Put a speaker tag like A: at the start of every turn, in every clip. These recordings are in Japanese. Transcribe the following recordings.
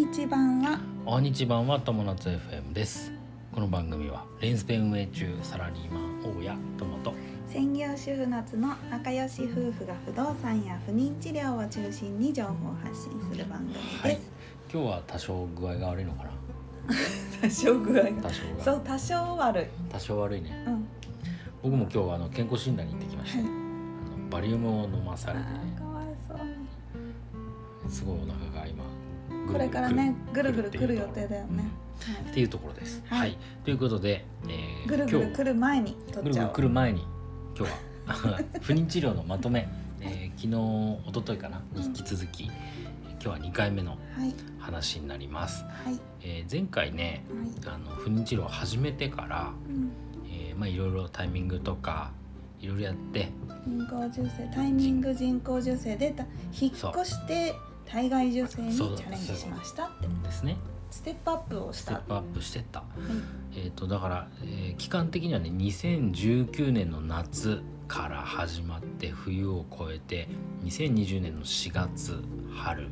A: 日版は
B: 大日版は友達 FM ですこの番組はレンスペ運営中サラリーマン大家友と
A: 専業主婦夏の仲良し夫婦が不動産や不妊治療を中心に情報を発信する番組です、
B: はい今日は多少具合が悪いのかな
A: 多少具合が
B: 多少
A: そ
B: が
A: う多少悪い
B: 多少悪いね
A: うん
B: 僕も今日はあの健康診断に行ってきました、
A: はい
B: あのバリウムを飲ま
A: あ
B: されてね
A: ーかわいそうに
B: すごいお腹が今ぐ
A: こ
B: るぐる
A: れからねぐるぐる
B: って
A: 来
B: いう
A: る
B: と
A: 予
B: ころ
A: 定だよね、
B: うん
A: は
B: っていうところです
A: は
B: はいい、ということで、え
A: い、
B: ー
A: ぐるぐ
B: 今
A: る
B: 日
A: 来る前に撮
B: ぐ
A: っ
B: る
A: ち
B: ぐ
A: ゃ
B: る
A: おう
B: 来る前に今日は 不妊治療のまとめ、えー昨日一昨日かなに引き続き、今日は2回目の
A: はい
B: 話になります、
A: はい
B: えー前回ね
A: はい、
B: あの不妊治療を始めてから、
A: うん、
B: えーまあいろいろタイミングとかいろいろやって
A: 人工授精タイミング人工授精でた引っ
B: そう
A: 越して体外受精にチ
B: そう
A: ャレンジしましたって
B: ですね
A: ステップアップをし
B: ステ
A: た
B: ップアップしてった、えー、とだから、えー期間的にはね2019年の夏から始まって冬を越えて2020年の4月春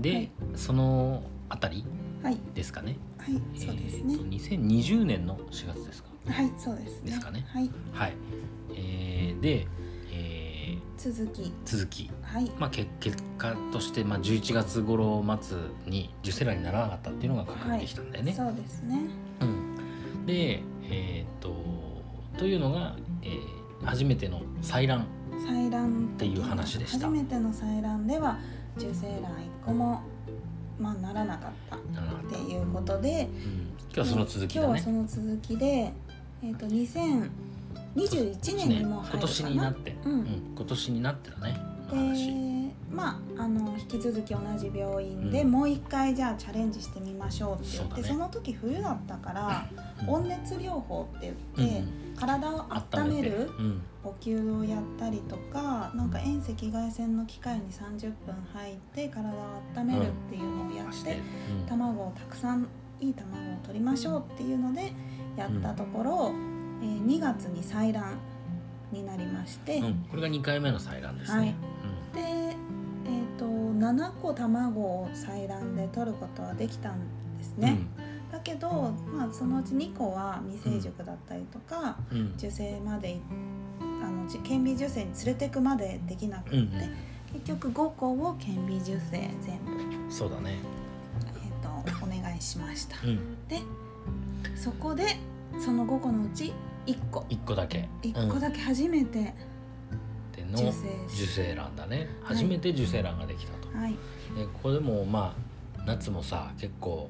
B: で、
A: はい
B: そのあたり
A: はい
B: ですかね
A: はいそうですね
B: えー、と2020年の4月ですか
A: はいそうですね
B: ですかね
A: はい
B: はい、えーで、えー
A: 続き
B: 続き、
A: はい
B: まあ、結結果として、まあ、11月頃末に受精卵にならなかったっていうのが確認できたんだよね、
A: そうですね
B: うん、でえーっとというのが、えー初めての採卵
A: 採卵
B: っていう話でした
A: 初めての採卵では受精卵一個もまあならなかったっ
B: なので、
A: ていうことで
B: うん、今日はその続きだ
A: 今日
B: ね
A: はその続きでえっ、と2021年にも入るかな
B: 今年になって、
A: うん
B: うん今年になってたねの話、
A: でまああの引き続き同じ病院で、
B: うん
A: もう一回じゃあチャレンジしてみましょうって言って
B: そ
A: そ,、
B: うだね
A: の時冬だったから、
B: うん
A: 温熱療法って言って、
B: うん
A: 体を温める
B: うん
A: お灸をやったりとかなんか遠赤外線の機械に30分入って体を温めるっていうのをや
B: ま
A: っ、
B: してて、うん
A: 卵をたくさんいい卵を取りましょうっていうのでやったところ、えー2月に採卵になりまして。
B: うんこれが2回目の採卵ですね、
A: はいで、えー、と7個卵を採卵で取ることはできたんです
B: うん、
A: ね、だけど、まあ、そのうち2個は未成熟だったりとか、
B: うんうん
A: 受精まであのじ顕微授精に連れてくまでできなくて、
B: うん
A: 結局5個を顕微授精全部、
B: うんそうだね、
A: えー、とお願いしました
B: うん、
A: でそこでその5個のうち1個
B: 1個だけ
A: 1個だけ初めて
B: け、うんで
A: 受
B: の
A: 精
B: 受
A: し、
B: 精卵だね
A: はい
B: 初めて受精卵ができたと、
A: はい
B: ねここでもまあ夏もさ結構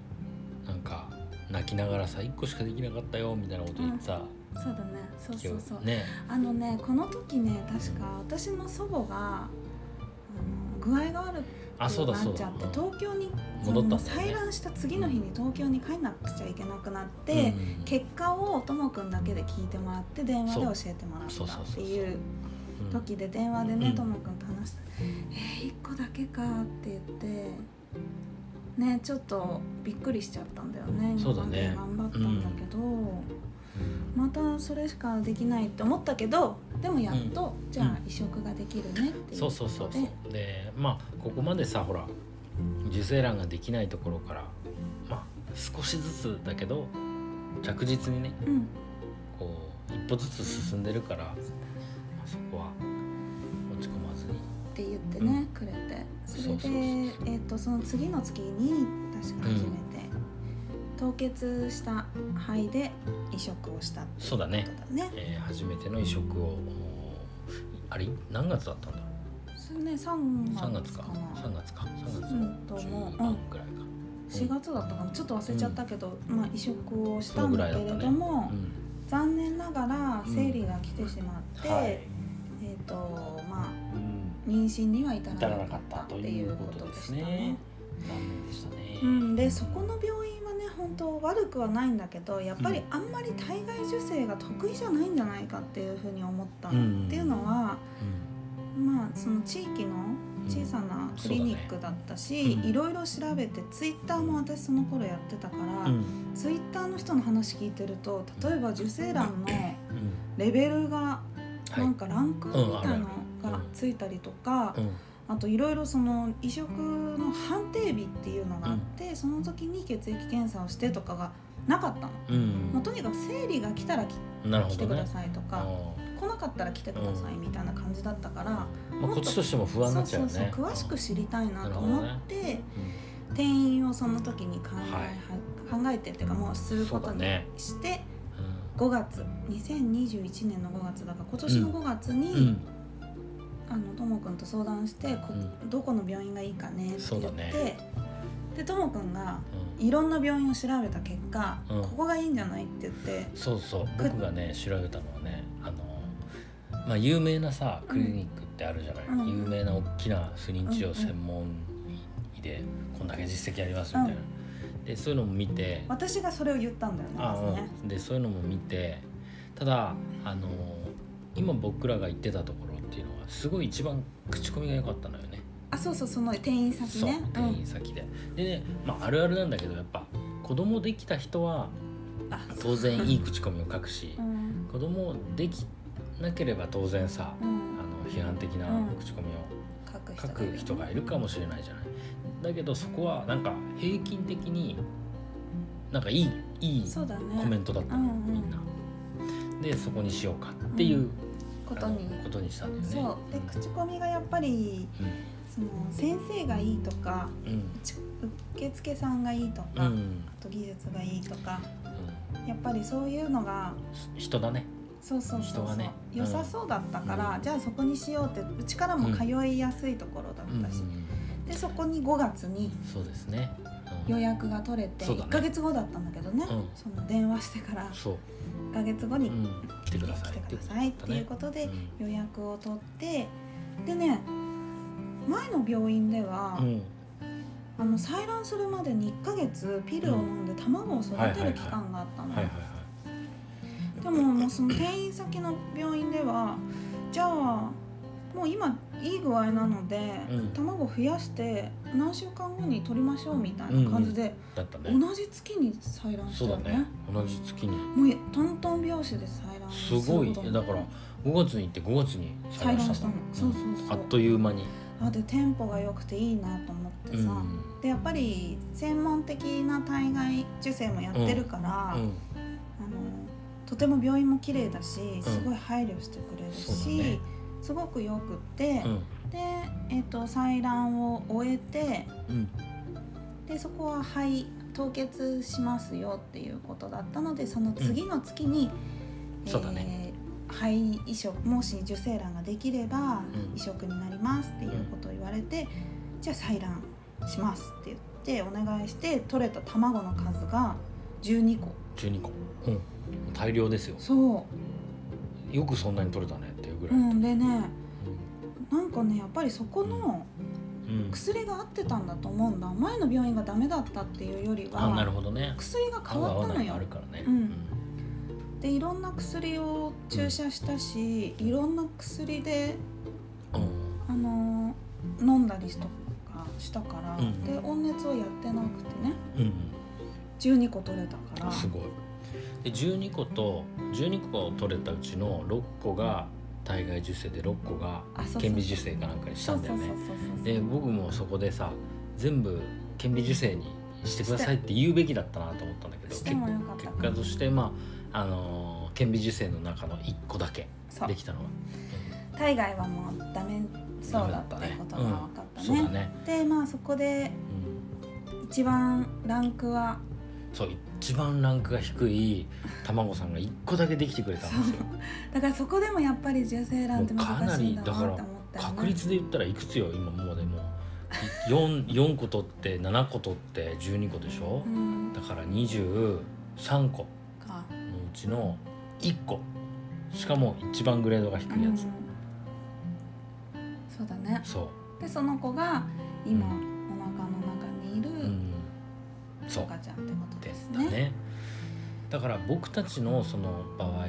B: なんか泣きながらさ1個しかできなかったよみたいなこと言ってた
A: そうだねそうそうそう
B: ね
A: あのねこの時ね確か私の祖母があの具合が悪
B: あそう
A: く
B: だ
A: な
B: そ
A: っ
B: う
A: ちゃ
B: だ、
A: って
B: うん
A: 東京に
B: 戻ったん
A: そ
B: だ
A: の
B: よね
A: 採卵した次の日に東京に帰んなくちゃいけなくなって、
B: うん
A: 結果をともくんだけで聞いてもらって電話で教えてもらっ
B: そう
A: た
B: そう
A: っ
B: そう
A: て
B: そう
A: いう
B: うん
A: 時で電話でね
B: うん
A: ともくんと話した「えー、1個だけか」って言ってねちょっとびっくりしちゃったんだよね
B: そうだね
A: 今まで頑張ったんだけど。またそれしかできないと思ったけどでもやっと、じゃあ移植ができるねっていう
B: そうそうそうそうでまあここまでさほら受精卵ができないところからまあ少しずつだけど着実にね
A: うん
B: こう一歩ずつ進んでるから、まあそこは落ち込まずに
A: って言ってね、
B: うん
A: くれてそ
B: そ
A: れで
B: うそうそうそう
A: えっとその次の月に確か初めて、凍結した肺で移植をしたっていう
B: そうだね
A: ことだね
B: えー初めての移植をおーあれ何月だったんだ
A: それね3
B: 3
A: 月
B: 月
A: か
B: か
A: な
B: 3月か3月
A: うんと
B: の中
A: もう、うん
B: 盤、ぐらいか
A: 4月だったかなちょっと忘れちゃったけど、まあ、移植をした
B: その
A: ん
B: ぐら
A: だ
B: い
A: け
B: だ
A: れ
B: った
A: ど
B: ね
A: も、
B: うん
A: 残念ながら生理が来てしまって、
B: はい
A: えっ、とまあ
B: うん
A: 妊娠には至
B: 至
A: ら
B: ら
A: な
B: な
A: か
B: か
A: っ
B: ったた
A: って
B: と
A: い
B: いうう
A: こ
B: ことと
A: で
B: で
A: し
B: す
A: たね
B: ね。残念でしたね
A: うん、でそこの病院はね本当悪くはないんだけどやっぱりあんまり体外受精が得意じゃないんじゃないかっていうふうに思ったの、
B: うん
A: っていうのはまあその地域の小さなクリニックだったし、
B: そうだねうん
A: いろいろ調べてツイッターも私その頃やってたから、
B: うん
A: ツイッターの人の話聞いてると例えば受精卵の
B: うん
A: レベルが
B: は
A: ないんかランクみたい
B: うんあ
A: の
B: るある
A: がついたりとか、
B: うん
A: あといろいろその移植の判定日っていうのがあって、その時に血液検査をしてとかがなかったの、
B: うん
A: もうとにかく生理が来たらき
B: なるほ
A: 来て
B: ど
A: く
B: ね
A: だ。さいと
B: あ
A: か、
B: ー
A: 来なかったら来てくださいみたいな感じだったから、
B: まあ、こっちとしても不安になっちゃうよ
A: そうそう
B: ね。
A: そう詳しく知りたいなと思って、店員をその時に考え,、
B: はい
A: 考えてっていうかもうすること
B: そうだ
A: に
B: ね
A: して、
B: う
A: 5月2021年の5月だから今年の5月に、
B: んうん
A: あのともくんと相談してこ、
B: う
A: どこの病院がいいかねって
B: そ
A: 言
B: う
A: って
B: だ、ね
A: でともくんが
B: うん
A: いろんな病院を調べた結果、
B: うん
A: ここがいいんじゃないって言って
B: そうそう僕がね調べたのはねあの、まあ、有名なさクリニックってあるじゃない、
A: うん
B: 有名な大きな不妊治
A: うんうん
B: 療専門医でこんだけ実績ありますみたいな、でそういうのも見て
A: 私がそれを言ったんだよね
B: あ
A: まずね。
B: うん、でそういうのも見てただあの今僕らが行ってたところっていうのはすごい一番口コミが良かったのよね
A: あそうそうその店員先
B: そう
A: ね
B: 転院先で、でね、まあ、あるあるなんだけどやっぱ子供できた人は
A: うん、あそう
B: 当然いい口コミを書くし、
A: うん
B: 子供できなければ当然さ
A: う
B: あ
A: ん
B: の批判的な口コミを
A: 書く人がいる
B: 書く人がいるかもしれないじゃないだけどそこはなんか平均的になんかいいいい
A: そうだね
B: コメントだったのよ
A: うんうん
B: みんなでそこにしようかっていう
A: ことに
B: あのことにしたんだよね
A: そうで口コミがやっぱりその先生がいいとか
B: うん
A: ち受付さんがいいと
B: う
A: か、
B: ん、う
A: あ
B: ん
A: と技術がいいとか
B: う
A: やっぱりそういうのが
B: ん人だね
A: そうそうそうそ
B: 人
A: う、
B: がねうん
A: 良さそうだったから、じゃあそこにしようってうちからも通いやすいところだ
B: うん、
A: ったし、
B: うん
A: でそこに5月に
B: そうですね、う
A: 予
B: ん、
A: 約が取れて
B: そうだ
A: 1
B: ね
A: ヶ月後だったんだけどね、
B: うん
A: その電話してから
B: そ
A: 1ヶ月後
B: う、う
A: に
B: ん、来てくださ
A: 来
B: い
A: てくだ
B: い
A: さいっていうことで
B: うん
A: 予約を取ってでね前の病院では、
B: うん
A: あの採卵するまでに1ヶ月ピルを飲んで卵を育
B: はいは
A: て
B: いは
A: る
B: い
A: 期間があったの、
B: はいはいはい
A: でももうその転院先の病院ではじゃあもう今いい具合なので、
B: うん
A: 卵増やして何週間後に取りましょうみたいな感じで、
B: だったね
A: 同じ月に採卵し
B: そ
A: た
B: う
A: よ
B: だ
A: ね
B: ね同じ月に
A: もうトントン拍子で採卵
B: すごい
A: することに
B: だから5月に行って5月に
A: 採卵したのそうそう
B: うん
A: そ
B: あ
A: う
B: っという間に
A: あでテンポが良くていいなと思ってさ、
B: うん
A: でやっぱり専門的な体外受精もやってるから、
B: うん
A: あのとても病院も綺麗だしすごい配慮してくれるし、
B: そうだね
A: すごくよくって、
B: うん
A: で、えっと採卵を終えて
B: うん
A: でそこは肺凍結しますよっていうことだったのでその次の月に、
B: んそうだね
A: えー肺移植もし受精卵ができれば
B: うん
A: 移植になりますっていうことを言われて、じゃあ採卵しますって言ってお願いして取れた卵の数が12個
B: 12個うん大量ですよ
A: そ
B: よくそんなに取れたねっていうぐ
A: う、
B: ら
A: う
B: い
A: ん、でねなんかねやっぱりそこの
B: うんうん
A: 薬が合ってたんだと思うんだ前の病院がダメだったっていうより
B: あなる
A: は
B: ほどね
A: 薬が変わ
B: 合
A: った
B: う合わ
A: の
B: ないが
A: よ
B: あるからね
A: うんでいろんな薬を注射したし、いろんな薬で、
B: うん
A: あのー飲んだりとかしたから、
B: うん
A: で温熱をやってなくてね
B: うん
A: 12個取れたか
B: う
A: ら
B: んすごいで12個と12個取れたうちの6個が体外受精で6個が
A: あそうそう
B: 顕微授精かなんかにしたんだよね
A: そうそうそうそうそう
B: で僕もそこでさ全部顕微授精にしてくださいって言うべきだったなと思ったんだけど
A: し
B: 結
A: てもよかった
B: 結
A: か
B: 果としてまああのー顕微授精の中の1個だけ
A: そう
B: できたのは
A: 体外はもうダメそうだってことが分かったね,、
B: そうだね、
A: でまあそこで
B: うん、
A: 一番ランクは
B: そう一番ランクが低い卵さんが1個だけできてくれたんですよ
A: だからそこでもやっぱり受精卵って難しいんだなって思ったよね
B: 確率で言ったらいくつよ今もうでも 4, 4個取って7個取って12個でしょ
A: う、ん
B: だから23個
A: か
B: のうちの1個しかも一番グレードが低いや
A: う
B: つ、
A: んそうだね
B: そ
A: でその子が今、
B: う
A: お腹の中にいる
B: う、うん、そう
A: 赤ちゃんってこと
B: で
A: です
B: す
A: ね
B: ねだから僕たちのその場合は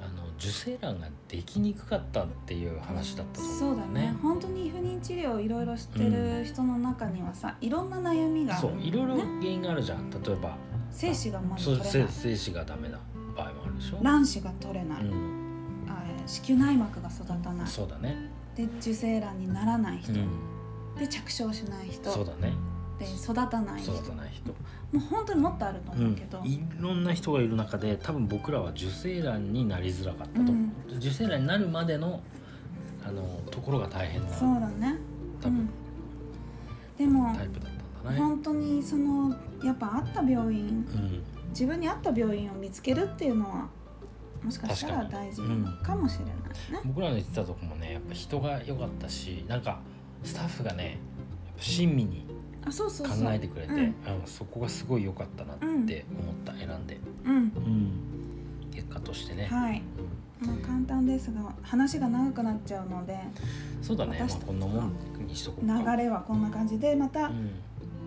B: あの受精卵ができにくかったっていう話だったと
A: そ
B: 思
A: うだね本当に不妊治療をいろいろ知ってる人の中にはさ、いろんな悩みがあ
B: そ
A: る
B: ういろいろ原因があるじゃん例えば
A: 精子がまず
B: そう
A: 取れ
B: 精
A: ない
B: 精子がダメな場合もあるでしょ、
A: 卵子が取れない、
B: うん、
A: あえー子宮内膜が育たない
B: そうだね
A: で受精卵にならない人、
B: うん、
A: で着床しない人
B: そうだね
A: で育たない人
B: 育たない人、
A: もう本当にもっとあると
B: う
A: 思うけど、
B: ん、いろんな人がいる中で多分僕らは受精卵になりづらかったと、
A: うん
B: 受精卵になるまでのあのところが大変な
A: そうだね
B: 多分、
A: うん、でも
B: タイプだったんだね。
A: 本当にそのやっぱあった病院
B: うん
A: 自分に合った病院を見つけるっていうのはもしかしたら
B: 確かに
A: 大事なのかもしれないね、
B: 僕らの言ってたとこもねやっぱ人が良かったしなんかスタッフがねやっぱ親身に
A: あそうそう
B: 考
A: そう
B: えてくれて
A: うん
B: あのそこがすごい良かったなって思った、選んで、
A: うん
B: 結果としてね、
A: はい、まあ、簡単ですが話が長くなっちゃうので
B: うんそうだね、まあ
A: 私たち、
B: こんなもんにしとこうか
A: 流れはこんな感じでまた
B: うん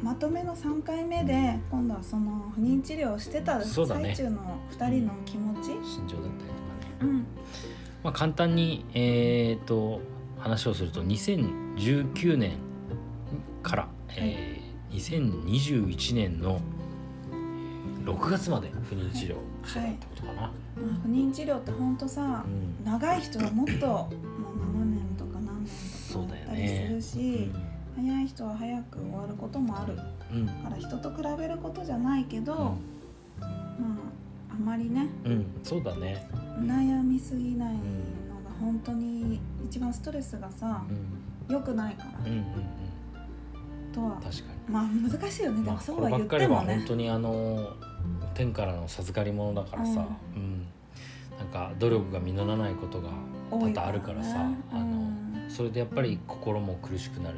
A: まとめの3回目で今度はその不妊治療をしてた
B: そ
A: 最
B: うだね
A: 中の2人の気持ち
B: 心情だったりとかね、
A: うん
B: まあ、簡単にえー、と話をすると2019年から、えー2021年の6月まで不妊治療をしてたってことかな、
A: まあ、不妊治療ってほんとさ
B: うん
A: 長い人はもっと、まあ、7年とか何年と
B: そう
A: か
B: だ
A: や
B: よ
A: ったりす
B: ね
A: るし、早い人は早く終わることもあるか
B: うん
A: ら人と比べることじゃないけど、まああまりね
B: うん、うん、そうだね、
A: 悩みすぎないのが本当に一番ストレスがさ
B: うん、
A: 良くないか
B: うん
A: ら
B: うんうん
A: とは
B: 確か
A: まあ難しいよね
B: に、
A: で
B: ま
A: も
B: あ、
A: そう
B: こ
A: は
B: れば
A: 言
B: っ
A: っ
B: か
A: て
B: りは
A: もね
B: 本当にあの天からの授かり物だからさ、うんなんか努力が実らないことが
A: 多い
B: 多々あるからさ
A: ね
B: あのそれでやっぱり心も苦しくなる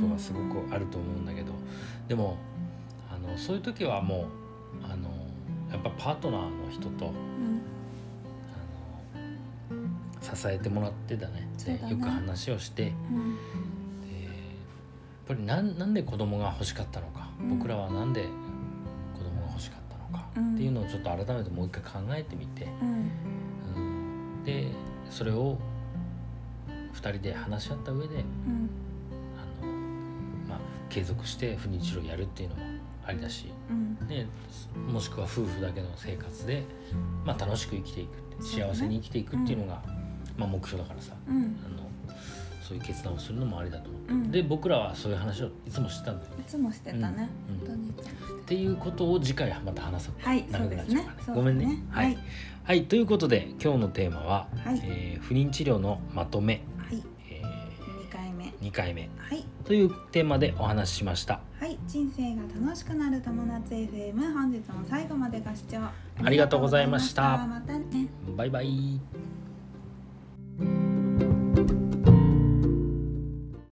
B: ことがすごくあると思うんだけど、でもあのそういう時はもうあのやっぱパートナーの人と
A: うん
B: あの支えてもらってだね
A: そうだね
B: でよく話をしてでや
A: うん
B: っぱりなんなんで子供が欲しかったのか、
A: うん
B: 僕らはなんで子供が欲しかったのか、
A: うん
B: っていうのをちょっと改めてもう一回考えてみて、
A: うん
B: うんでそれを2人で話し合った上で
A: うん
B: あの、まあ、継続して不妊治療やるっていうのもありだし、
A: うん
B: ね、もしくは夫婦だけの生活で、まあ、楽しく生きていくって
A: そうだね
B: 幸せに生きていくっていうのが、まあ、目標だからさ
A: うんうん
B: あのそういう決断をするのもありだと
A: うん
B: 思う、で僕らはそういう話をいつもしてたんだよ
A: い
B: ね。
A: つもしてたね、
B: うんう
A: 本
B: ん
A: 当にいつもしてた
B: っていうことを次回はまた話そう。
A: はい、そ
B: 長
A: う
B: く
A: で
B: なっ
A: す
B: ちゃう
A: ね
B: か
A: そ
B: らね。
A: うです
B: ごめんね。は
A: はいい、
B: はい、ということで今日のテーマは、
A: はい
B: えー不妊治療のまとめ、
A: はい、
B: え
A: 二回目。
B: 2回目
A: はい、
B: というテーマでお話ししました。
A: はい、人生が楽しくなる友達 FM 本日も最後までご視聴
B: ありがとうございました
A: ありがとうございましたまたね。
B: バイバイ。